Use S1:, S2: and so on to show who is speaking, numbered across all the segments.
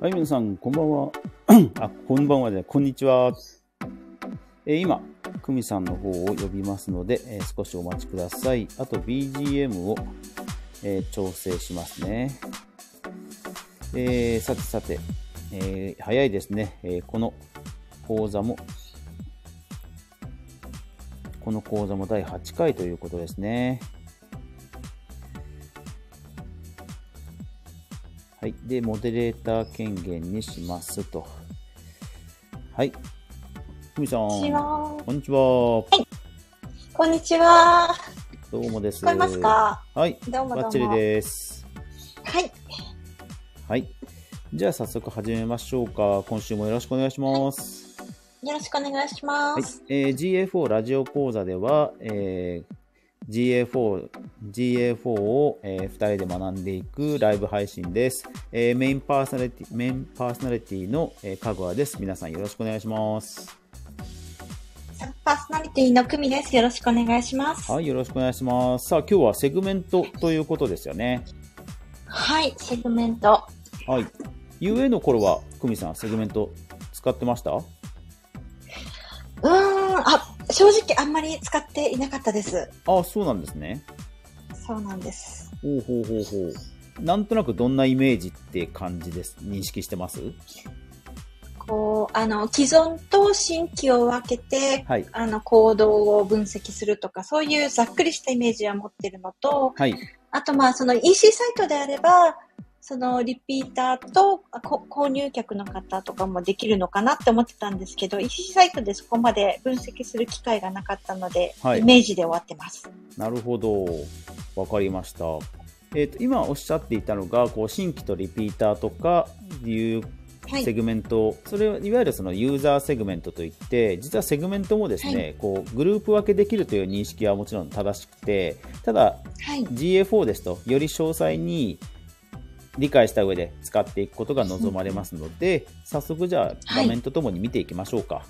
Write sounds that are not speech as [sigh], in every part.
S1: はい、皆さん、こんばんは。 [clears throat] あ、こんばんはじゃない、こんにちは。えー今、久美さんの方を呼びますので、えー少しお待ちください。あと、BGM を、えー調整しますね。えーさてさて、えー早いですね、えーこの講座も、この講座も第8回ということですね。はい。で、モデレーター権限にしますと。はい。久美さん。
S2: こんにちは。
S1: こんにちは。
S2: こんにちは。
S1: どうもです。
S2: 聞こえますか
S1: はい。
S2: どうもどうも
S1: バッチリです。
S2: はい。
S1: はい。じゃあ早速始めましょうか。今週もよろしくお願いします。
S2: よろしくお願いしま
S1: はい
S2: す。。
S1: えー GA4 ラジオ講座では、えー GA4、GA4 を、え2人で学んでいくライブ配信です。えーメインパーソナリティ、メインパーソナリティの、えー、かぐわです。皆さんよろしくお願いします。
S2: パーソナリティの久美です。よろしくお願いします。は。
S1: はいい、よろしくお願いします。さあ、今日はセグメントということですよね。
S2: セグメント。
S1: はい。UA の頃は、久美さん、セグメント使ってました
S2: うーん、あ、正直あんまり使っていなかったです。
S1: あそうなんですね。
S2: そうなんです。
S1: ほうほうほうほう。なんとなくどんなイメージって感じです。認識してます
S2: こう、あの、既存と新規を分けて、
S1: はい。
S2: あの、行動を分析するとか、そういうざっくりしたイメージは持ってるのと、
S1: はい。
S2: あとまあその EC サイトであれば、そのリピーターとあこ購入客の方とかもできるのかなって思ってたんですけど、EC サイトでそこまで分析する機会がなかったので、
S1: はい
S2: イメージで終わってます。
S1: なるほど。わかりました。えっ、と、今おっしゃっていたのが、こう、新規とリピーターとかいう
S2: はい
S1: セ。グメント、それはいわゆるそのユーザーセグメントといって実はセグメントもですね、
S2: は
S1: こうグループ分けできるという認識はもちろん正しくてただ
S2: はい。
S1: GA4 ですとより詳細に理解した上で使っていくことが望まれますので、早速じゃあ
S2: は
S1: 画
S2: い
S1: 面とともに見ていきましょうか。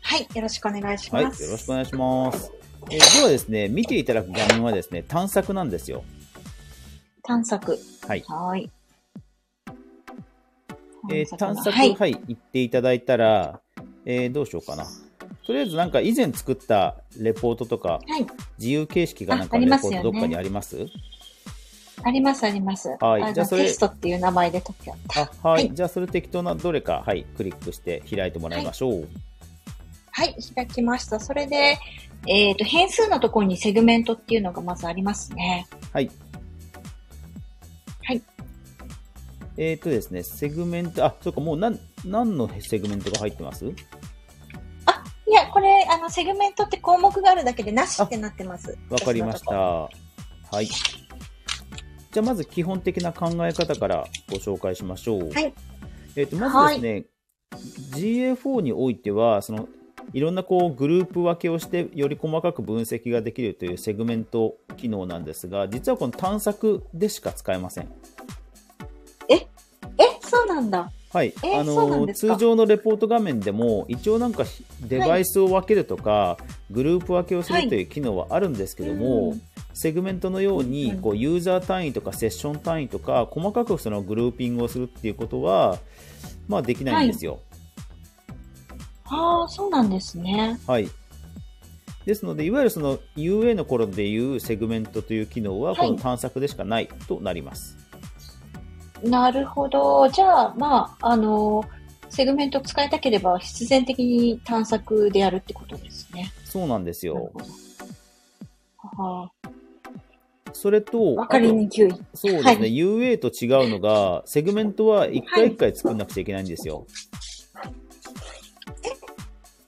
S2: はい。よろしくお願いし
S1: はい、
S2: ま
S1: よろ
S2: す。
S1: しくお願いします。えーではですね、見ていただく画面はですね、探索なんですよ。
S2: 探索。
S1: はい。
S2: はーい。
S1: えー探索、
S2: は
S1: はい、
S2: い。
S1: 行っていただいたら、えーどうしようかな。とりあえずなんか以前作ったレポートとか、
S2: はい。
S1: 自由形式がなんか
S2: ああ
S1: レ
S2: り
S1: ポ
S2: ますよ
S1: ー
S2: ね
S1: トどっかにあります
S2: あります、あります。
S1: はい
S2: あの
S1: じゃあそれ
S2: テストっていう名前で解き合った。
S1: あはい、
S2: はい
S1: じゃあそれ適当などれか、はい、クリックして開いてもらいましょう。
S2: はい、開きました。それで、えっ、と、変数のところにセグメントっていうのがまずありますね。
S1: はい。
S2: はい。
S1: えっ、ー、とですね、セグメント、あ、そうか、もう何、何のセグメントが入ってます
S2: いや、これ、あの、セグメントって項目があるだけで、なしってなってます。
S1: わかりました。はい。じゃあまず基本的な考え方からご紹介しましょう。
S2: はい
S1: えっ、と、まずですね、GA4 においては、その、いろんなこうグループ分けをしてより細かく分析ができるというセグメント機能なんですが実はこの探索でしか使えません。
S2: え、そうなんだ。
S1: はい、
S2: えー
S1: あ
S2: そうなん
S1: の
S2: ですか
S1: 通常のレポート画面でも一応なんかひデバイスを分けるとか、グループ分けをす
S2: は
S1: る
S2: い
S1: という機能はあるんですけども、
S2: うん
S1: セグメントのように
S2: うん
S1: こうユーザー単位とかセッション単位とか細かくそのグルーピングをするっていうことは、まあ、できないんですよ。
S2: ああ、そうなんですね。
S1: はいですのでいわゆるその UA の頃でいうセグメントという機能は
S2: は
S1: こ
S2: い
S1: の探索でしかないとなります。
S2: なるほど。じゃあ、まあ、あの、セグメント使いたければ、必然的に探索でやるってことですね。
S1: そうなんです
S2: なる
S1: よ
S2: ほど。は
S1: それと
S2: あ、わかりにくい。
S1: そうですね、
S2: はい
S1: UA と違うのが、セグメントは一回一回作んなくちゃいけないんですよ。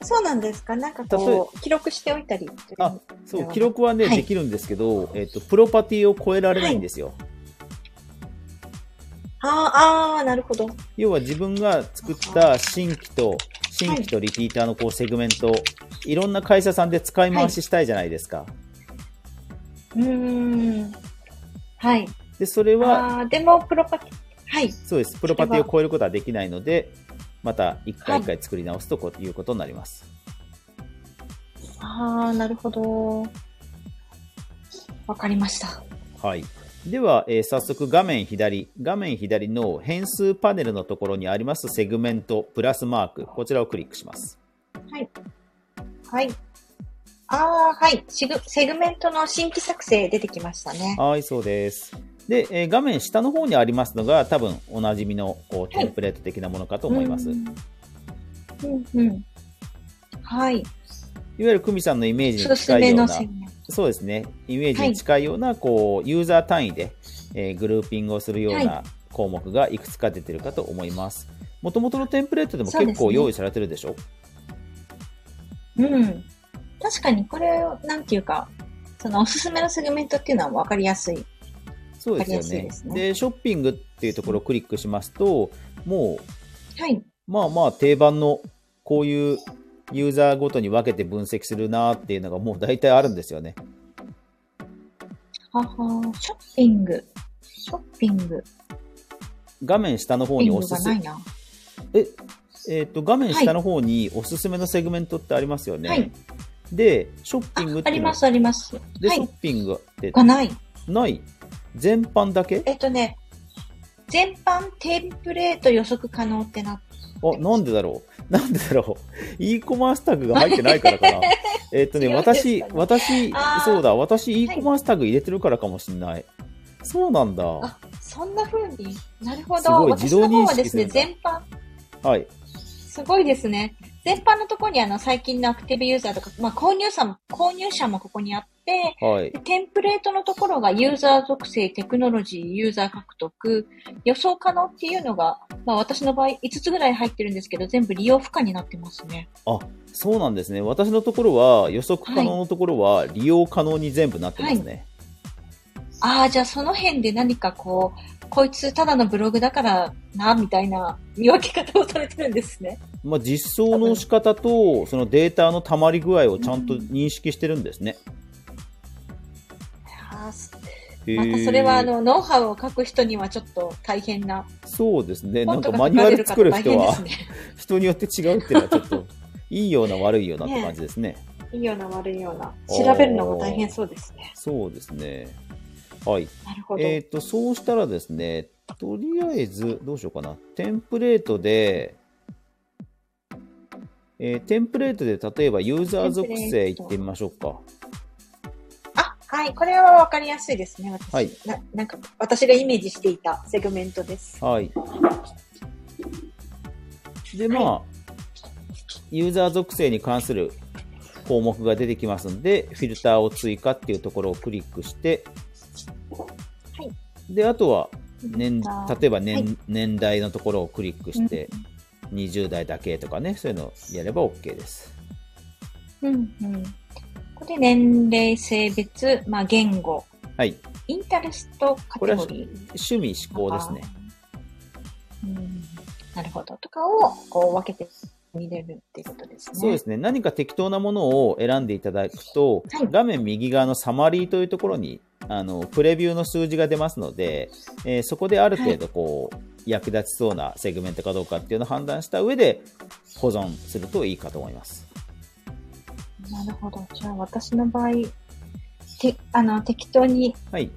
S2: そうなんですかなんか
S1: 例え
S2: こう、記録しておいたり。
S1: あそ
S2: な
S1: う、
S2: るほど
S1: 記録はね、
S2: はい
S1: できるんですけど、えっと、プロパティを超えられないんですよ。
S2: あーあー、なるほど。
S1: 要は自分が作った新規と、新規とリピーターのこうセグメント、いろんな会社さんで使い回ししたいじゃないですか。
S2: うーん。はい。
S1: で、それは、
S2: あーでも、プロパティ、はい。
S1: そうです、プロパティを超えることはできないので、また一回一回作り直すとこういうことになります。
S2: ああ、なるほど。わかりました。
S1: はい。では、えー早速画面左、画面左の変数パネルのところにありますセグメントプラスマーク、こちらをクリックします。
S2: はい。はい。ああ、はい。セグセグメントの新規作成出てきましたね。
S1: はい、そうです。で、えー画面下の方にありますのが、多分おなじみのこうテンプレート的なものかと思います。い
S2: うん。うん、うん。は
S1: わ
S2: い。
S1: ゆる久美さんのイメージに
S2: すす
S1: 近い
S2: め
S1: よう
S2: の
S1: な、
S2: セグメント。
S1: そうですね、イメージに近いような、こうユーザー単位で、えーグルーピングをするよう
S2: は
S1: な項目がいくつか出てるかと思います。もともとのテンプレートでも
S2: そうで
S1: 結
S2: すね
S1: 構用意されてるでしょ
S2: うん。確かにこれを、なんていうか、そのおすすめのセグメントっていうのは分かりやすい。
S1: そうですよ
S2: わかりやすい
S1: ね
S2: で。す
S1: で
S2: ね
S1: ショッピングっていうところをクリックしますと、も
S2: はい。
S1: う、まあまあ定番の、こういうユーザーごとに分けて分析するなっていうのがもう大体あるんですよね。
S2: はは、ショッピング。ショッピング。
S1: 画面下の
S2: ショ
S1: 方
S2: ッピ
S1: に
S2: ン
S1: お
S2: グ
S1: す
S2: が
S1: す
S2: な
S1: め
S2: い、な。
S1: え、えっと、画面下の方におすすめのセグメントってありますよね。
S2: はい。
S1: で、ショッ
S2: あ
S1: ピングっ、て
S2: あ
S1: いう
S2: り
S1: の
S2: ます、あります。
S1: で、
S2: は
S1: ショッ
S2: い。
S1: ピングって
S2: がない。
S1: ない。全般だけ
S2: えっとね、全般テンプレート予測可能ってなっ [laughs]
S1: あ、なんでだろうなんでだろう ?e コマースタグが入ってないから
S2: [laughs]
S1: かなえっとね、
S2: 違うんですか
S1: 私
S2: ね、
S1: 私
S2: あ、ー
S1: そうだ、私 e コマースタグ入れてるからかもしんない。そうなんだ。
S2: あ、そんな風になるほ
S1: す
S2: ど。
S1: ごい
S2: 私の方はです
S1: 自動認識す
S2: ね、
S1: る
S2: 全般、
S1: はい。
S2: すごいですね。全般のところにあの、最近のアクティブユーザーとか、まあ、購入者も、購入者もここにあって、
S1: はい
S2: で。テンプレートのところがユーザー属性、テクノロジー、ユーザー獲得、予想可能っていうのが、まあ私の場合5つぐらい入ってるんですけど、全部利用不可になってますね。
S1: そうなんですね。私のところは、予測可能のところは、利用可能に全部なってますね。
S2: ああ、じゃあその辺で何かこう、こいつただのブログだからな、みたいな見分け方をされてるんですね。
S1: まあ、実装の仕方と、そのデータの溜まり具合をちゃんと認識してるんですね。
S2: あー
S1: へ
S2: ま
S1: ー
S2: たそれはあのノウハウを書く人にはちょっと大変な、
S1: そうですね。
S2: コ
S1: なん
S2: ン
S1: か
S2: トが
S1: マ
S2: 書
S1: ニュ
S2: か
S1: ア
S2: れ
S1: ル
S2: る
S1: 作
S2: 方
S1: る
S2: 大
S1: 人
S2: 変で
S1: は
S2: す、ね。
S1: 人によって違うっていうのは、ちょっ
S2: [laughs]
S1: と、いいような悪いようなって感じですね
S2: いいような悪いような。
S1: おー
S2: 調べるのも大変そうですね。
S1: そうですね。はい。
S2: なるほど。
S1: えっ、と、そうしたらですね、とりあえず、どうしようかな。テンプレートで、えーテンプレートで例えばユーザー属性いってみましょうか。
S2: あ、はい。これはわかりやすいですね。私
S1: はい
S2: ななんか私がイメージしていたセグメントです。
S1: はい。で、まあ、ユーザー属性に関する項目が出てきますので、フィルターを追加っていうところをクリックして、
S2: はい
S1: で、あとは年、
S2: フィルター
S1: 例えば年,、
S2: は
S1: 年代のところをクリックして、
S2: うん
S1: 20代だけとかね、そういうのをやれば OK です。
S2: うんうん。これ年齢、性別、まあ言語、
S1: はい。
S2: インタレストカテゴリー。
S1: 趣味、嗜好ですね。
S2: あー。うん。なるほど。とかをこう分けて見れるっていうことですね。
S1: そうですね。何か適当なものを選んでいただくと、
S2: はい
S1: 画面右側のサマリーというところに、あの、プレビューの数字が出ますので、えーそこである程度、こう、役立ちそうなセグメントかどうかっていうのを判断した上で、保存するといいかと思います。
S2: なるほど。じゃあ私の場合、てあの適当に
S1: はい。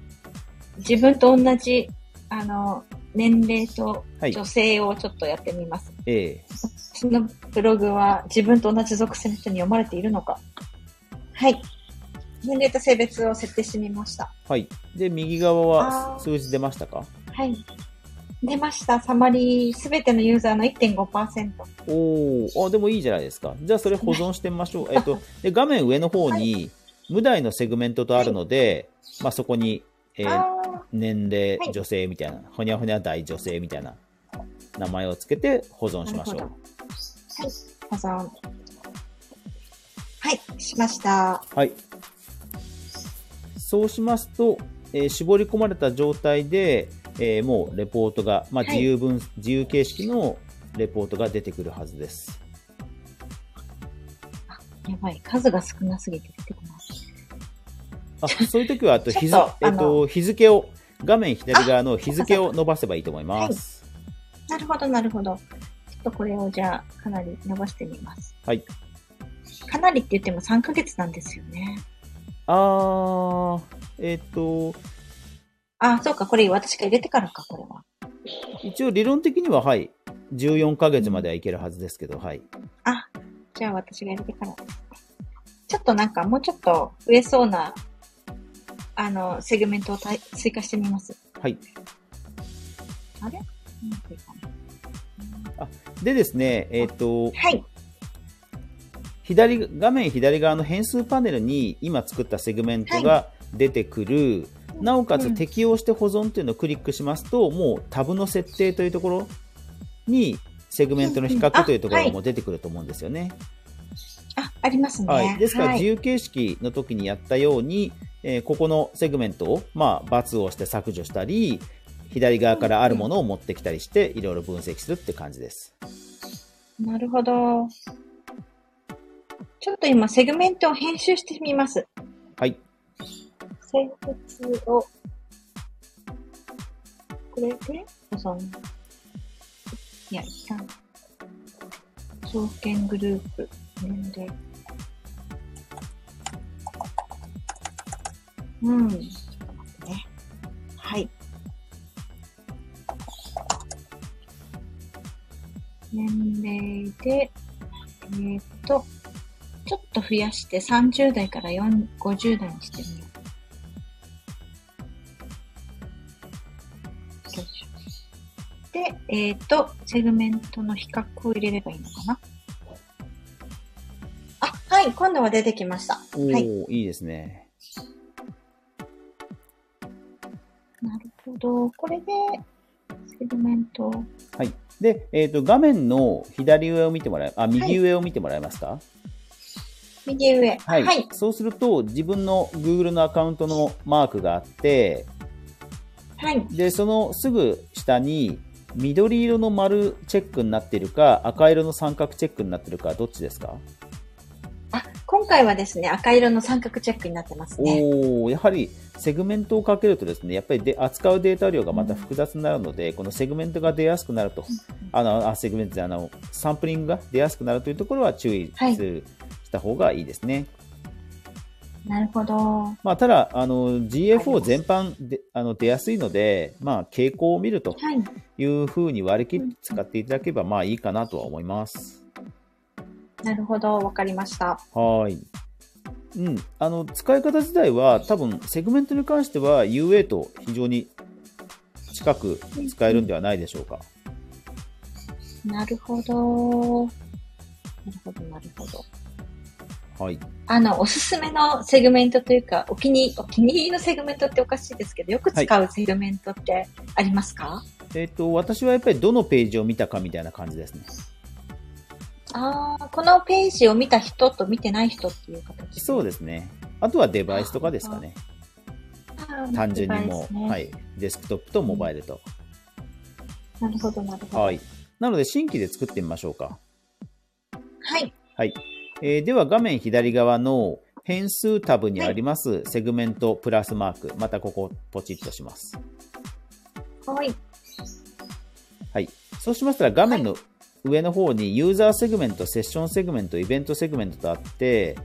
S2: 自分と同じあの年齢と
S1: はい
S2: 女性をちょっとやってみます。
S1: えー
S2: 私のブログは自分と同じ属性の人に読まれているのか。はい。年齢と性別を設定してみました。
S1: はい。で、右側は
S2: あー
S1: 数字出ましたか
S2: はい。出ました。サマリー、すべてのユーザーの1.5%。
S1: おお、あ、でもいいじゃないですか。じゃあそれ保存してみましょう。えっと、で、画面上の方に、無題のセグメントとあるので、まあそこに、えー
S2: あ
S1: 年齢、
S2: はい
S1: 女性みたいな、ほにゃほにゃ大女性みたいな名前をつけて保存しましょ
S2: なる
S1: う。
S2: あ、保存。はい、しました。
S1: はい。そうしますと、えー絞り込まれた状態で、えーもうレポートが、まあ、
S2: はい
S1: 自由分、自由形式のレポートが出てくるはずです。
S2: やばい、数が少なすぎて出てこない。
S1: あ、そういう時は、あと、
S2: ちょっと
S1: 日付、え
S2: あ
S1: っ
S2: の
S1: と、日付を、画面左側の日付を伸ばせばいいと思います。
S2: なるほど、なるほど。ちょっとこれをじゃあ、かなり伸ばしてみます。
S1: はい。
S2: かなりって言っても3ヶ月なんですよね。
S1: あー、えっと、
S2: あ、そうか、これ私が入れてからか、これは。
S1: 一応理論的にははい14ヶ月まではいけるはずですけどはい
S2: あ、じゃあ私が入れてから。ちょっとなんか、もうちょっと増えそうな、あの、セグメントをたい追加してみます。
S1: はい
S2: あれなんていうかな
S1: でですねえっ、と
S2: はい。
S1: 左画面左側の変数パネルに今作ったセグメントが出てくる、なおか
S2: う
S1: つ
S2: ん
S1: 適用して保存というのをクリックしますと、もうタブの設定というところにセグメントの比
S2: うんうん
S1: 較
S2: あ
S1: というとこ
S2: は
S1: ろ
S2: い
S1: も出てくると思うんですよね。
S2: あ、ありますね。
S1: はい、ですから
S2: は
S1: 自
S2: い、
S1: 由形式の時にやったように、えーここのセグメントを、まあ、×をして削除したり左側からあるものを持ってきたりしていろいろ分析するって感じです。
S2: なるほど。ちょっと今、セグメントを編集してみます。
S1: はい、
S2: 生物を、これで保存。いや、一旦、証券グループ、年齢。うん。ちょっと待ってね。はい。年齢で、えーっと、ちょっと増やして30代から4 50代にしてみよう。よいしょで、えっ、と、セグメントの比較を入れればいいのかなあ、はい、今度は出てきました。
S1: おお、
S2: はい
S1: い、いですね。
S2: なるほど。これで、セグメントを。
S1: はい、で、えー、と画面の左上を見てもらえあ右上を見てもらえますか、
S2: 右上。
S1: はい
S2: はい。
S1: そうすると自分の Google のアカウントのマークがあって
S2: はい。
S1: でそのすぐ下に緑色の丸チェックになっているか赤色の三角チェックになっているかどっちですか、
S2: あ、今回はですね、赤色の三角チェックになってますね。
S1: おおやはりセグメントをかけるとですねやっぱりで扱うデータ量がまた複雑になるので、このセグメントが出やすくなるとあのあセグメントじゃないあのサンプリングが出やすくなるというところは注意す
S2: はい
S1: る、した方がいいですね。
S2: なるほど。
S1: まあ、ただ、あの、GFO
S2: わかり
S1: 全般で、あの、出やすいので、まあ、傾向を見ると
S2: はい。
S1: いうふうに割り切って使っていただければ、まあ、いいかなとは思います。
S2: なるほど。わかりました。
S1: はい。うん。あの、使い方自体は、多分、セグメントに関しては、UA と非常に近く使えるんではないでしょうか。
S2: なるほど。なるほど、なるほど。
S1: はい。
S2: あの、おすすめのセグメントというか、お気に、お気に入りのセグメントっておかしいですけど、よく使うセグメントってありますか、
S1: えっ、と、私はやっぱりどのページを見たかみたいな感じですね。
S2: ああ、このページを見た人と見てない人っていう形
S1: そうですね。あとはデバイスとかですかね。
S2: あー
S1: 単純に
S2: なる
S1: も
S2: ほ
S1: う、
S2: どね
S1: はい。デスクトップとモバイルと。
S2: なるほど、なるほど。
S1: はい。なので、新規で作ってみましょうか。
S2: はい。
S1: はい。えーでは、画面左側の変数タブにあります、セグメントプラスマーク。またここをポチッとします。
S2: はい。
S1: はい。そうしましたら、画面の上の方に、ユーザーセグメント、セッションセグメント、イベントセグメントとあって、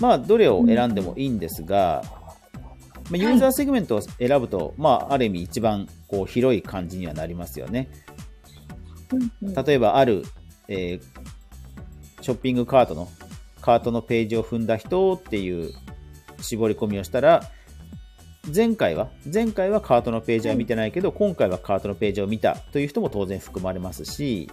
S1: まあ、どれを選んでもいいんですが、まあ、ユーザーセグメントを選ぶと、まあ、ある意味一番こう広い感じにはなりますよね。
S2: うんうん
S1: 例えばある、えーショッピングカートのカートのページを踏んだ人っていう絞り込みをしたら前回は前回はカートのページは見てないけど、今回はカートのページを見たという人も当然含まれますし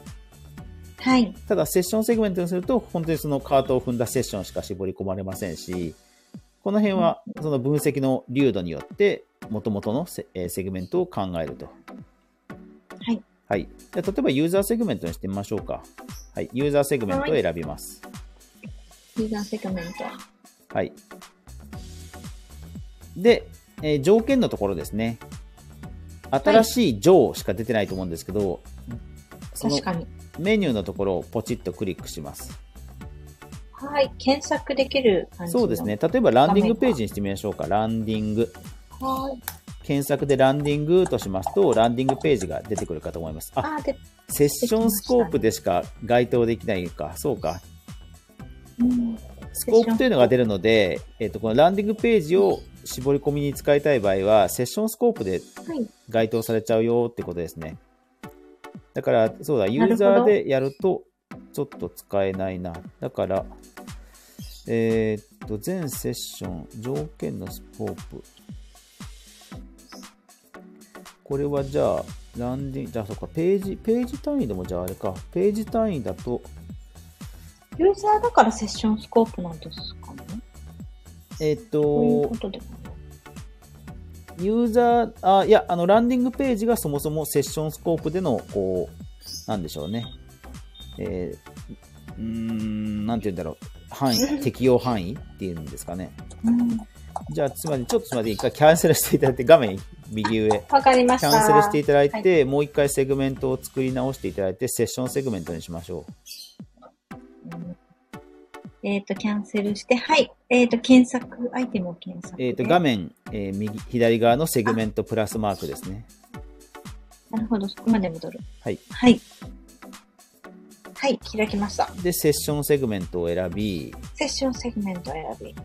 S2: はい。
S1: ただセッションセグメントにすると本当にそのカートを踏んだセッションしか絞り込まれませんしこの辺はその分析の流度によって元々のセ,、えーセグメントを考えると
S2: はい。
S1: はい。じゃあ例えばユーザーセグメントにしてみましょうか。はい。ユーザーセグメントを選びます。
S2: ユーザーセグメント。
S1: はい。で、えー条件のところですね。新しい上しか出てないと思うんですけど、その
S2: 確かに。
S1: メニューのところをポチッとクリックします。
S2: はい。検索できる感じの
S1: そうです。ね。例えばランディングページにしてみましょうか。ランディング。
S2: はい。
S1: 検索でランディングとしますと、ランディングページが出てくるかと思います。あ、
S2: あー、で、
S1: セッションスコープでしか該当できないか。そうか。
S2: うん。
S1: スコープというのが出るので、えっとこのランディングページを絞り込みに使いたい場合は、セッションスコープで
S2: はい。
S1: 該当されちゃうよってことですね。だから、そうだ、ユ
S2: なる
S1: ー
S2: ほど
S1: ザーでやると、ちょっと使えないな。だから、えーっと、全セッション、条件のスコープ。これはじゃあ、ランディング、じゃあ、そっか、ページ、ページ単位でもじゃああれか、ページ単位だと、
S2: ユーザーだからセッションスコープなんですかね。
S1: えーっ
S2: そういう
S1: と
S2: こ、とでもない。
S1: ユーザー、あいや、あの、ランディングページがそもそもセッションスコープでの、こう、なんでしょうね。えー、うーん、なんて言うんだろう。範囲、適用範囲っていうんですかね。
S2: うん。
S1: じゃあ、つまり、ちょっとつまり、一回キャンセルしていただいて、画面右上、キ
S2: わかりまし
S1: ャ
S2: た。
S1: ンセルしていただい
S2: は
S1: て、もう一回セグメントを作り直していただいて、セッションセグメントにしましょう。
S2: えっ、と、キャンセルして、はい。えっ、と、検索、アイテムを検索。
S1: えっ、と、画。面、えー右、左側のセグメントプラスマークですね。
S2: なるほど、そこまで戻る。
S1: はい。
S2: はい。はい、開きました。
S1: で、セッションセグメントを選び、
S2: セッションセグメントを選び。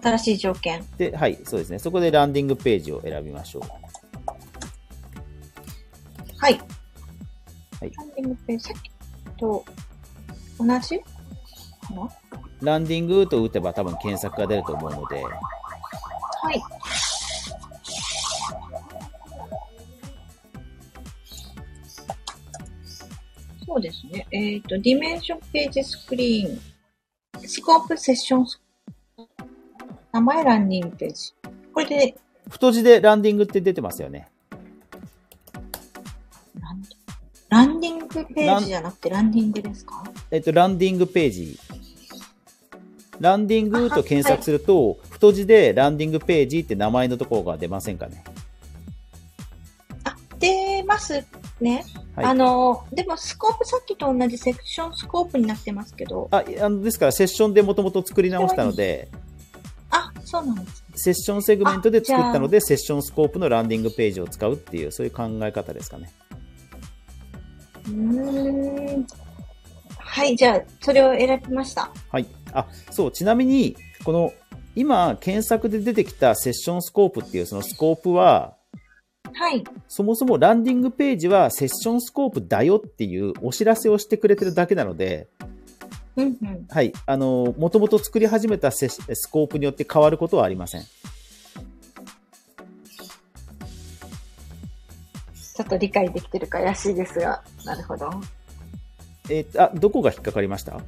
S2: 新しい条件。
S1: で、はい、そうですね。そこでランディングページを選びましょう。
S2: はい。
S1: はい
S2: ランディングページ、さっきと同じかな
S1: ランディングと打てば多分検索が出ると思うので、
S2: はい。そうですね。えっ、と、ディメンションページスクリーン、スコープセッションス、名前ランニングページ。これで、
S1: 太字でランディングって出てますよね。
S2: ランランディングページじゃなくてランディングですか
S1: えっと、ランディングページ。ランディングと検索すると、太字でランディングページって名前のところが出ませんかね。
S2: あ、出ますね。
S1: はい
S2: あの、でもスコープさっきと同じセクションスコープになってますけど、
S1: あ、いあのですから、セッションでもともと作り直したので、
S2: あ、そうなんです。
S1: セッションセグメントで作ったの
S2: あ
S1: で、セッションスコープのランディングページを使うっていう、そういう考え方ですかね。
S2: うーんはい、じゃあ、それを選びました。
S1: はい。あ、そう、ちなみに、この、今、検索で出てきたセッションスコープっていう、そのスコープは、
S2: はい。
S1: そもそもランディングページはセッションスコープだよっていうお知らせをしてくれてるだけなので、
S2: うんうん。
S1: はい、あの、もともと作り始めたセッスコープによって変わることはありません。
S2: ちょっと理解できてるか怪しいですが、なるほど。
S1: えーあ、どこが引っかかりました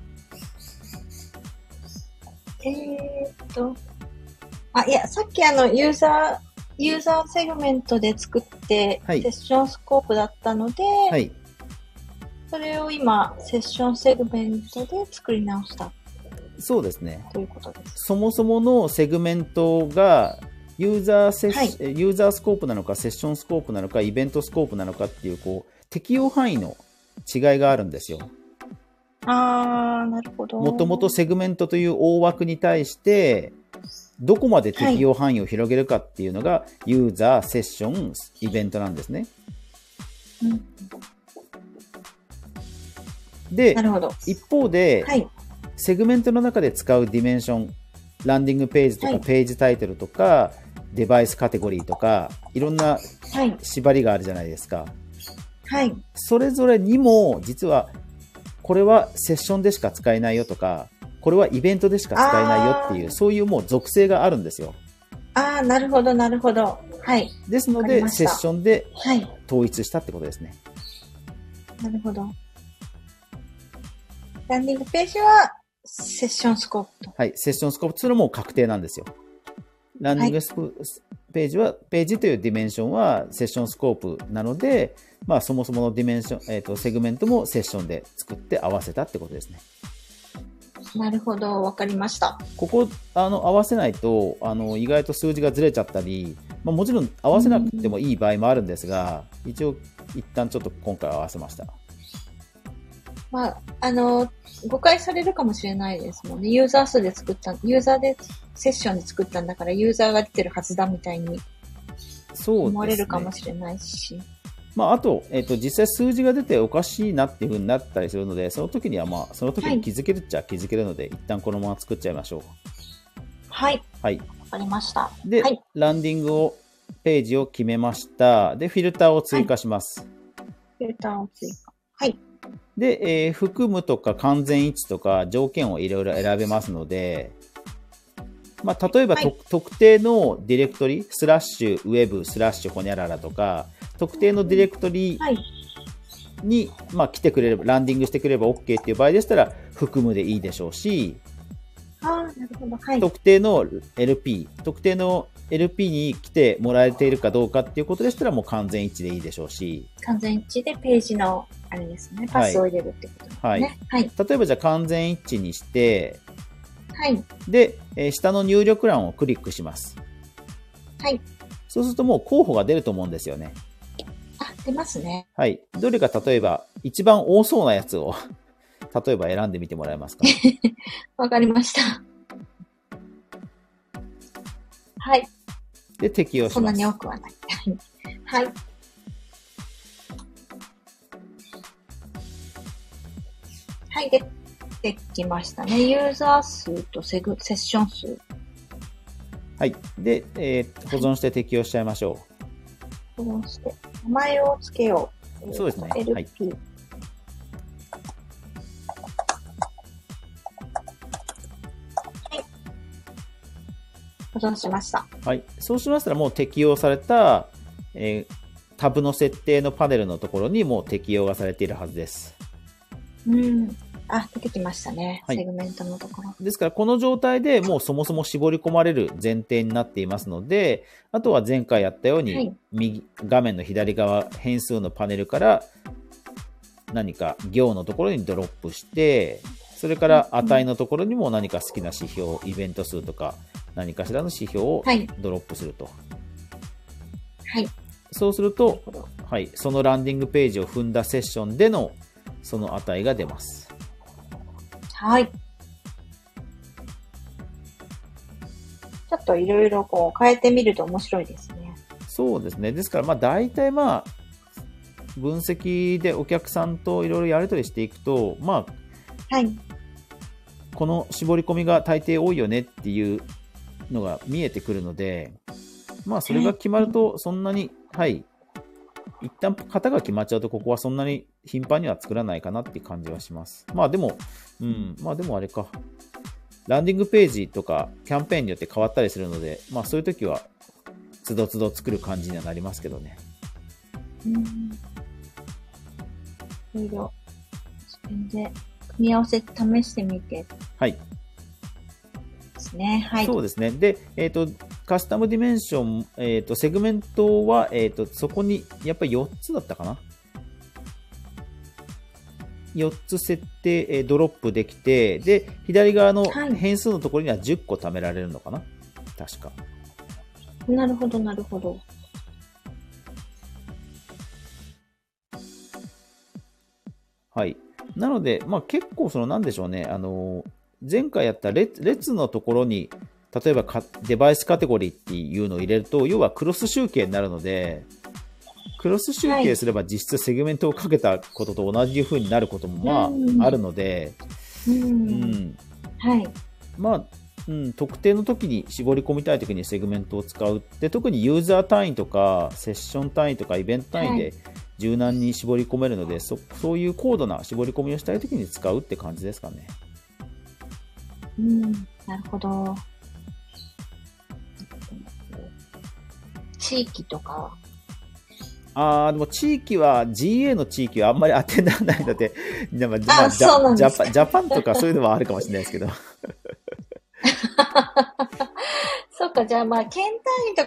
S2: えーっと、あ、いや、さっきあの、ユーザー、ユーザーセグメントで作って、
S1: はい
S2: セッションスコープだったので、
S1: はい。
S2: それを今、セッションセグメントで作り直した
S1: そうですね。
S2: ということです。
S1: そもそものセグメントが、ユーザーセッシ、
S2: はい
S1: えユーザースコープなのか、セッションスコープなのか、イベントスコープなのかっていう、こう、適用範囲の違いがあるんですよ。
S2: あー、なるほど。
S1: もともとセグメントという大枠に対して、どこまで適用範囲を広げるかっていうのが、ユーザー、セッション、イベントなんですね。
S2: うん
S1: で
S2: な、るほど。
S1: 一方で、
S2: はい。
S1: セグメントの中で使うディメンション、ランディングページと
S2: は
S1: か
S2: い
S1: ページタイトルとか、デバイスカテゴリーとか、いろんな
S2: はい。
S1: 縛りがあるじゃないですか。
S2: はい。
S1: それぞれにも、実は、これはセッションでしか使えないよとか、これはイベントでしか使えないよってい
S2: あ
S1: う、
S2: ー
S1: そういうもう属性があるんですよ。
S2: あー、なるほど、なるほど。はい。
S1: ですの
S2: わかり
S1: で、
S2: ま
S1: セ
S2: し
S1: ッ
S2: た
S1: ションで
S2: はい。
S1: 統一したってことですね。
S2: なるほど。ランディングページは、セッションスコープと。
S1: はい、セッションスコープ、それもう確定なんですよ。ランディングスプ、ページは、ページというディメンションはセッションスコープなので、まあそもそものディメンション、えっ、と、セグメントもセッションで作って合わせたってことですね。
S2: なるほど、わかりました。
S1: ここ、あの、合わせないと、あの、意外と数字がずれちゃったり、まあもちろん合わせなくてもいい場合もあるんですが、一応、一旦ちょっと今回合わせました。
S2: まあ、あの、誤解されるかもしれないですもんね。ユーザー数で作った、ユーザーで、セッションで作ったんだから、ユーザーが出てるはずだみたいに
S1: そうですね。
S2: 思われるかもしれないし。
S1: まあ、あと、えっと、実際数字が出ておかしいなっていうふうになったりするので、その時にはまあ、その時に気づけるっちゃ気づけるので、一旦このまま作っちゃいましょう。
S2: はい。
S1: はい。
S2: わかりました。
S1: で、
S2: はい
S1: ランディングを、ページを決めました。で、フィルターを追加します。
S2: フィルターを追加。はい。
S1: で、えー含むとか完全一致とか条件をいろいろ選べますので、まあ、例えば、
S2: はい
S1: と特定のディレクトリ、スラッシュウェブスラッシュホニャララとか、特定のディレクトリ
S2: はい。
S1: に、まあ、来てくれれば、ランディングしてくれれば OK っていう場合でしたら、含むでいいでしょうし、
S2: ああ、なるほど。はい。
S1: 特定の LP、特定の LP に来てもらえているかどうかっていうことでしたら、もう完全一致でいいでしょうし、
S2: 完全一致でページの、あれですね、パスを入れるってことですね。はい。
S1: 例えばじゃあ完全一致にして、
S2: はい。
S1: で、えー下の入力欄をクリックします。
S2: はい。
S1: そうするともう候補が出ると思うんですよね。
S2: あ、出ますね。
S1: はい。どれか例えば、一番多そうなやつを、例えば選んでみてもらえます
S2: [laughs]
S1: か。
S2: わかりました。はい。
S1: で、適用し
S2: そんな
S1: ます
S2: に。多くはない。はい。はい。はい、で、できましたね。ユーザー数とセグセッション数。
S1: はい。で、えー保存して適用しちゃいましょ
S2: 保存して、名前をつけよう。
S1: そうですね
S2: えーと
S1: はい
S2: LP。はい。保存しました。
S1: う。はい。そうしましたらもう適用された、えータブの設定のパネルのところにもう適用がされているはずです。
S2: うん。あ、出てきましたね。
S1: はい
S2: セグメントのところ。
S1: ですから、この状態でもうそもそも絞り込まれる前提になっていますので、あとは前回やったように、
S2: はい
S1: 右画面の左側、変数のパネルから何か行のところにドロップして、それから
S2: うんうん
S1: 値のところにも何か好きな指標、イベント数とか、何かしらの指標を
S2: はい
S1: ドロップすると。
S2: はい。
S1: そうすると、はい、そのランディングページを踏んだセッションでのその値が出ます。
S2: はい。ちょっといろいろこう変えてみると面白いですね。
S1: そうですね。ですから、まあ、大体まあ、分析でお客さんといろいろやり取りしていくと、まあ、
S2: はい。
S1: この絞り込みが大抵多いよねっていうのが見えてくるので、まあ、それが決まると、そんなに、はい、一旦型が決まっちゃうと、ここはそんなに頻繁には作らないかなっていう感じはします。まあ、でも、うん、まあ、でもあれか。ランディングページとかキャンペーンによって変わったりするので、まあそういう時は、つどつど作る感じにはなりますけどね。
S2: うん。いろいろ、自分で組み合わせ試してみて
S1: はい。
S2: ですね。はい。
S1: そうですね。で、えっ、と、カスタムディメンション、えっ、と、セグメントは、えっ、と、そこに、やっぱり4つだったかな。4つ設定、えードロップできて、で、左側の
S2: はい
S1: 変数のところには10個貯められるのかな、確か。
S2: なるほど、なるほど。
S1: はい。なので、まあ結構その、なんでしょうね、あのー前回やった列列のところに、例えばかデバイスカテゴリーっていうのを入れると、要はクロス集計になるので、クロス集計すれば実質セグメントをかけたことと同じ風になることもま
S2: うん
S1: ああるので、
S2: う。
S1: うんん、
S2: はい。
S1: まあ、うん、特定の時に絞り込みたい時にセグメントを使うって特にユーザー単位とかセッション単位とかイベント単位
S2: は
S1: で柔軟に絞り込めるので、そそういう高度な絞り込みをしたい時に使うって感じですかね。
S2: うん。なるほど。地域とかは
S1: あーでも地域は GA の地域はあんまり当てにならないので、 [laughs] でもまジャ
S2: そうなんです
S1: ジャパンジャパンとかそういうのはあるかもしれないですけど、
S2: そうか、じゃあまあ、県単位と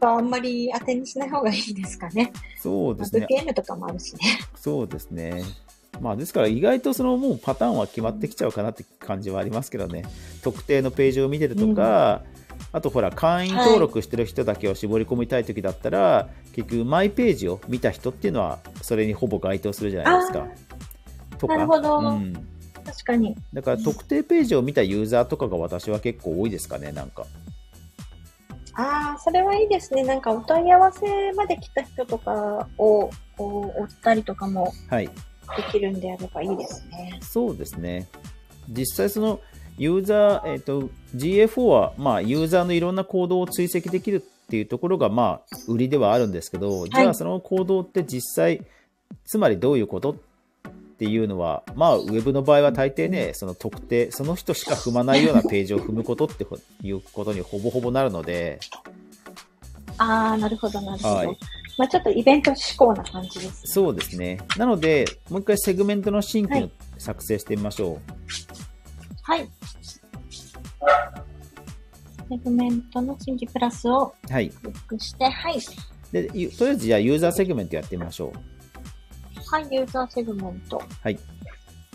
S2: かはあんまり当てにしない方がいいですかね。
S1: そうで
S2: まあ
S1: すね、
S2: VPN とかもあるしね。
S1: そうですね。まあですから意外とそのもうパターンは決まってきちゃうかなって感じはありますけどね。特定のページを見てるとか、あとほら会員登録してる人だけを絞り込みたい時だったら、結局マイページを見た人っていうのはそれにほぼ該当するじゃないですか。とか
S2: なるほど
S1: うん、
S2: 確かに。
S1: だから特定ページを見たユーザーとかが私は結構多いですかねなんか。
S2: ああ、それはいいですね。なんかお問い合わせまで来た人とかを、こう、追ったりとかも
S1: はい
S2: できるんであればいいですね。
S1: そうですね。実際そのユーザー、えっ、と、GA4 は、まあ、ユーザーのいろんな行動を追跡できるっていうところが、まあ、売りではあるんですけど、じゃあその行動って実際、つまりどういうことっていうのは、まあ、ウェブの場合は大抵ね、その特定、その人しか踏まないようなページを踏むことってほいうことにほぼほぼなるので、
S2: ああ、なるほど、なるほど。
S1: はい
S2: まあちょっとイベント志向な感じです。
S1: そうですね。なので、もう一回セグメントの新規を作成してみましょう。
S2: はい。セグメントの新規プラスを
S1: はい。
S2: クリックして、はい。
S1: で、ゆとりあえずじゃあユーザーセグメントやってみましょう。
S2: はい、ユーザーセグメント。
S1: はい。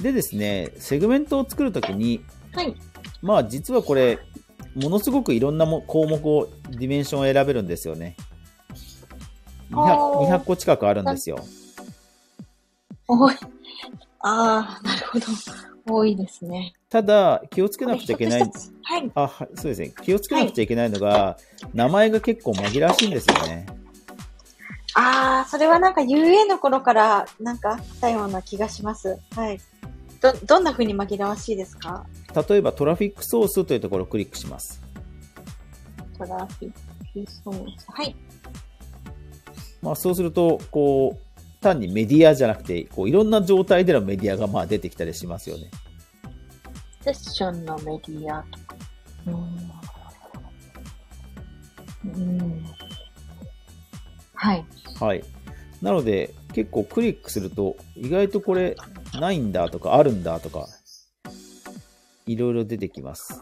S1: でですね、セグメントを作るときに、
S2: はい。
S1: まあ実はこれ、ものすごくいろんなも項目を、ディメンションを選べるんですよね。
S2: あー
S1: 200, 200個近くあるんですよ。
S2: 多い。ああ、なるほど。多いですね。
S1: ただ、気をつけなくちゃいけな
S2: これ
S1: い
S2: 一。つ一つはい。
S1: あ、はいそうですね。気をつけなくちゃいけないのが、名前が結構紛らわしいんですよね。
S2: ああ、それはなんか UA の頃からなんかあったような気がします。はい。ど、どんな風に紛らわしいですか
S1: 例えば、トラフィックソースというところをクリックします。
S2: トラフィックソース。はい。
S1: まあ、そうすると、こう、単にメディアじゃなくて、こういろんな状態でのメディアがまあ出てきたりしますよね。
S2: セッションのメディアとか。うん。うん。はい。
S1: はい。なので、結構クリックすると、意外とこれ、ないんだとか、あるんだとか、いろいろ出てきます。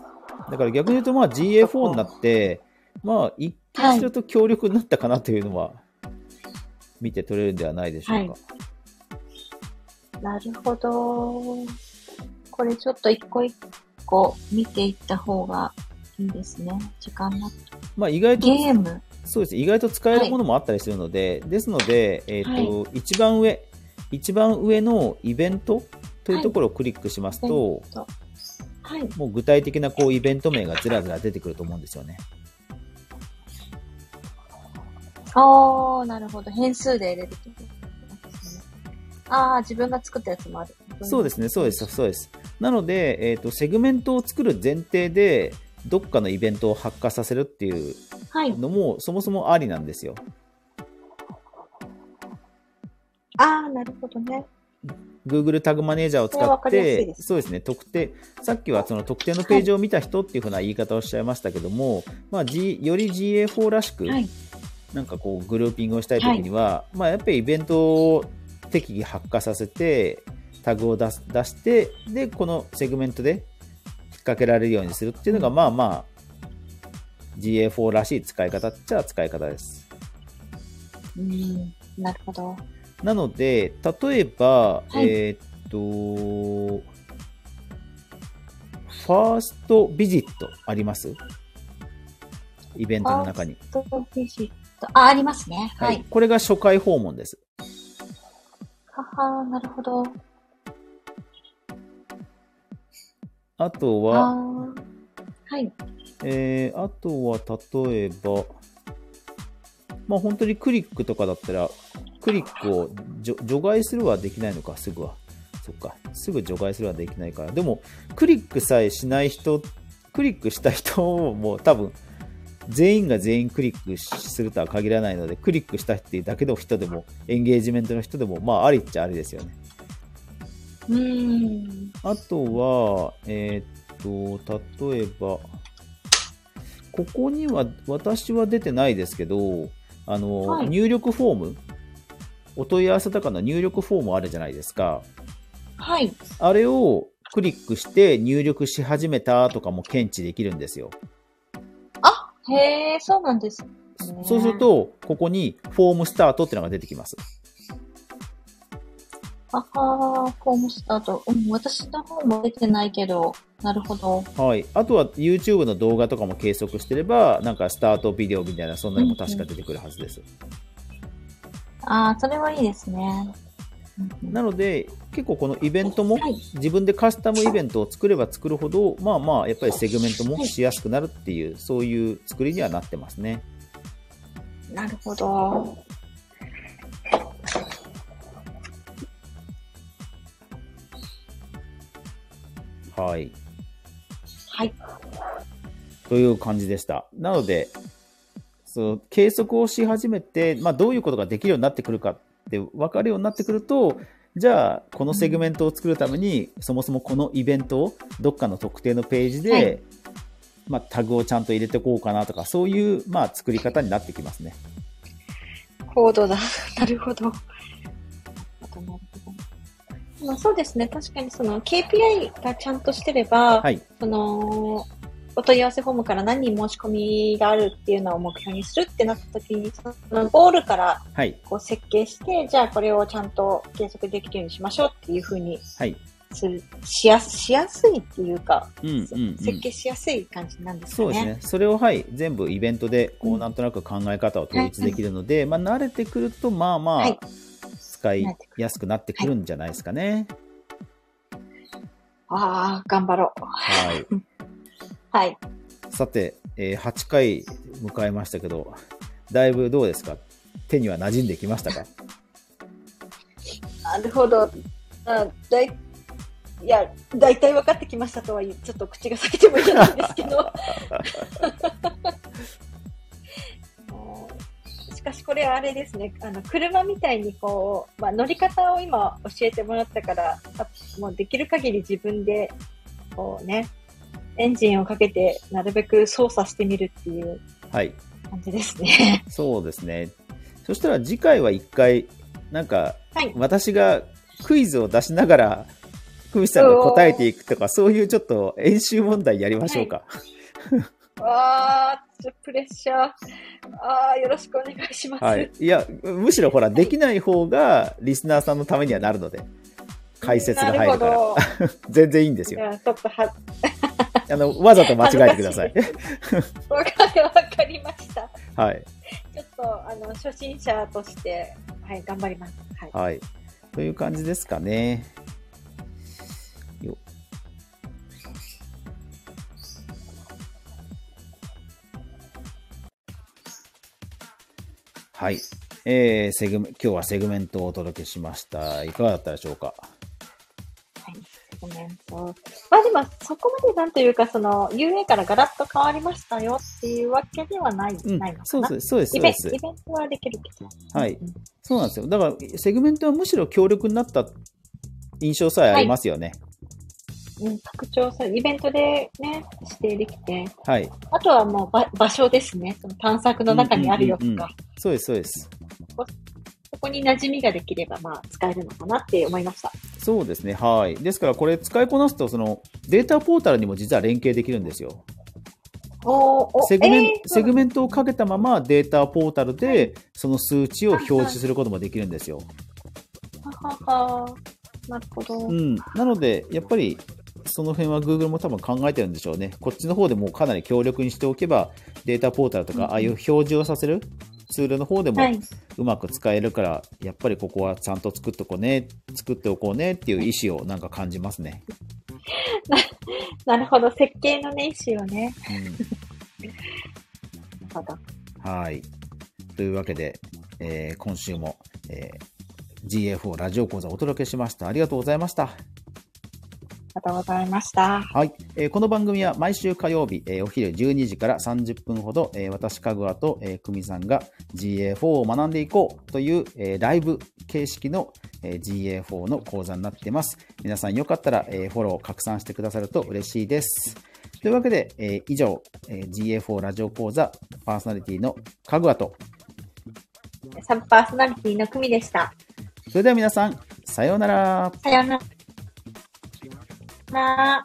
S1: だから逆に言うと、まあ GA4 になって、まあ一見すると強力になったかなというのは、見て取れるんではないでしょうか。
S2: はいなるほど。これちょっと一個一個見ていった方がいいですね。時間な
S1: まあ意外と、
S2: ゲーム。
S1: そうですね意外と使えるものもあったりするので、ですので、えっ、と、一番上、一番上のイベントというところをクリックしますと、
S2: はい。
S1: もう具体的なこうイベント名がずらずら出てくると思うんですよね。
S2: ああ、なるほど。変数で入れてくる。ああ、自分が作ったやつもある。。
S1: そうですすね、そうです、そうです。なので、えっ、と、セグメントを作る前提で、どっかのイベントを発火させるっていう
S2: はい。
S1: のも、そもそもありなんですよ。
S2: ああ、なるほどね。
S1: Google タグマネージャーを使
S2: これわ
S1: っ
S2: かりやすい
S1: て、
S2: です
S1: そうですね、特定、さっきはその特定のページを見た人っていうふうな言い方をしちゃいましたけども、まあ、G、より GA4 らしく、
S2: はい。
S1: なんかこうグルーピングをしたい時には、まあやっぱりイベントを適宜発火させてタグを出す出してでこのセグメントで引っ掛けられるようにするっていうのが、まあまあ GA4 らしい使い方っちゃ使い方です
S2: うん。なるほど。
S1: なので例えば、
S2: はい
S1: えーっとファーストビジットありますイベントの中に、
S2: ストビジット。あ、ありますね。は
S1: はいい。これが初回訪問です
S2: はは、なるほど。
S1: あと
S2: あ
S1: は
S2: あー。はい。
S1: えーあとは例えば、まあ本当にクリックとかだったら、クリックを除除外するはできないのか、すぐは。そっか、すぐ除外するはできないから。でも、クリックさえしない人、クリックした人をもう多分、全員が全員クリックするとは限らないので、クリックしたっていうだけの人でも、エンゲージメントの人でも、まあありっちゃありですよね。
S2: うーん。
S1: あとは、えーっと、例えば、ここには私は出てないですけど、あの、
S2: はい
S1: 入力フォーム、お問い合わせとかの入力フォームあるじゃないですか。
S2: はい。
S1: あれをクリックして入力し始めたとかも検知できるんですよ。
S2: あ、へえ、そうなんです。ね
S1: そうすると、ここにフォームスタートってのが出てきます。
S2: あはー、フォームスタート。うん、私の方も出てないけど、なるほど。
S1: はい。あとは YouTube の動画とかも計測してれば、なんかスタートビデオみたいな、そんなのも確か出てくるはずです。
S2: ああ、それはいいですね。うん
S1: なので、結構このイベントも
S2: はい
S1: 自分でカスタムイベントを作れば作るほど、まあまあ、やっぱりセグメントもしやすくなるっていう、そういう作りにはなってますね。
S2: なるほど。
S1: はい。という感じでした。なので、そう計測をし始めて、まあ、どういうことができるようになってくるかって分かるようになってくると、じゃあ、このセグメントを作るために、そもそもこのイベントをどっかの特定のページで、
S2: はい
S1: まあ、タグをちゃんと入れてこうかなとか、そういう、まあ、作り方になってきますね。
S2: コードだ。 [laughs] なるほど。なるほどまあ、そうですね。確かにその KPI がちゃんとしてれば、
S1: はい。
S2: その、お問い合わせフォームから何人申し込みがあるっていうのを目標にするってなった時に、そのゴールから
S1: はい。
S2: こう設計して、じゃあこれをちゃんと計測できるようにしましょうっていうふうに
S1: はい。
S2: する、しやす、しやすいっていうか、
S1: うんうん、うん。
S2: 設計しやすい感じなんですか
S1: そ
S2: ね。
S1: うですね。それを、はい、全部イベントで、こ
S2: う
S1: う、
S2: ん
S1: なんとなく考え方を統一できるので、まあ、慣れてくると、まあまあ、
S2: はい
S1: 使い
S2: 慣れてく
S1: やすくなってくるんじゃないですかね。
S2: ああ、頑張ろう。
S1: はい。
S2: はい。
S1: さて、えー8回迎えましたけど、だいぶどうですか手には馴染んできましたか
S2: なるほど。あだいいや、大体分かってきましたとは言う、ちょっと口が裂けてもいけないんですけど。 [laughs] もうしかしこれはあれですね、あの車みたいにこう、まあ、乗り方を今教えてもらったから、あもうできる限り自分でこうね、エンジンをかけてなるべく操作してみるっていう
S1: はい。
S2: 感じで
S1: [laughs]
S2: すね。
S1: そうですね。そしたら次回は1回、なんか、
S2: はい。
S1: 私がクイズを出しながら、久美さんが答えていくとか、そういうちょっと演習問題やりましょうか。
S2: ああ、ちょっとプレッシャー。ああ、よろしくお願いします。
S1: はい、いやむしろほらできない方がリスナーさんのためにはなるので解説が入るから [laughs]
S2: なる
S1: 全然いいんです
S2: ほど。じ
S1: よ
S2: ゃあちょっとは、
S1: あのわざと間違えてください
S2: わかり、わかりました。
S1: はい、
S2: ちょっと、あの、初心者として、はい、頑張ります。はい。
S1: はい、という感じですかねよはい、えー、セグメ今日はセグメントをお届けしましたいかがだったでしょうか
S2: コメント。まあでも、そこまでなんというか、その、UA からガラッと変わりましたよっていうわけではない、
S1: うん
S2: ないのか
S1: そう
S2: な。
S1: ですそうですそ
S2: イ
S1: う
S2: ベ
S1: で
S2: ン
S1: す
S2: イベントはできるけど。
S1: はい
S2: うん
S1: そうなんですよ。だから、セグメントはむしろ強力になった印象さえありますよね。
S2: うん、拡張さ、イベントでね、指定できて。
S1: はい。
S2: あとはもうば場所ですね。その探索の中にあるよと
S1: う
S2: か、
S1: んうんうんうんそうです、そうです。
S2: そこに馴染みができれば、まあ、使えるのかなって思いました。
S1: そうですね。はい。ですから、これ使いこなすと、その、データポータルにも実は連携できるんですよ。
S2: おーお
S1: セグメン,、
S2: えー
S1: セグメントをかけたままデータポータルで、その数値を表示することもできるんですよ。
S2: ははは。なるほど。
S1: うん。なので、やっぱり、その辺は Google も多分考えてるんでしょうね。こっちの方でもうかなり強力にしておけば、データポータルと
S2: うんう
S1: か、
S2: ん
S1: ああいう表示をさせるツールの方でも
S2: はい。
S1: うまく使えるからやっぱりここはちゃんと作っとこうね作っておこうねっていう意思をなんか感じますね、
S2: なるほど。設計のね、意思をね。なるほど。
S1: うん、はいというわけで、えー今週も、えー GFO ラジオ講座をお届けしましたありがとうございました
S2: ありがとうございました。
S1: はい、えーこの番組は毎週火曜日、えーお昼12時から30分ほど、えー私かぐわと、えー、久美さんが GA4 を学んでいこうという、えーライブ形式の、えー GA4 の講座になっています皆さんよかったら、えーフォロー拡散してくださると嬉しいですというわけで、えー以上、えー GA4 ラジオ講座パーソナリティのかぐわと
S2: サブパーソナリティの組でした。
S1: それでは皆さんさようなら
S2: さようなら。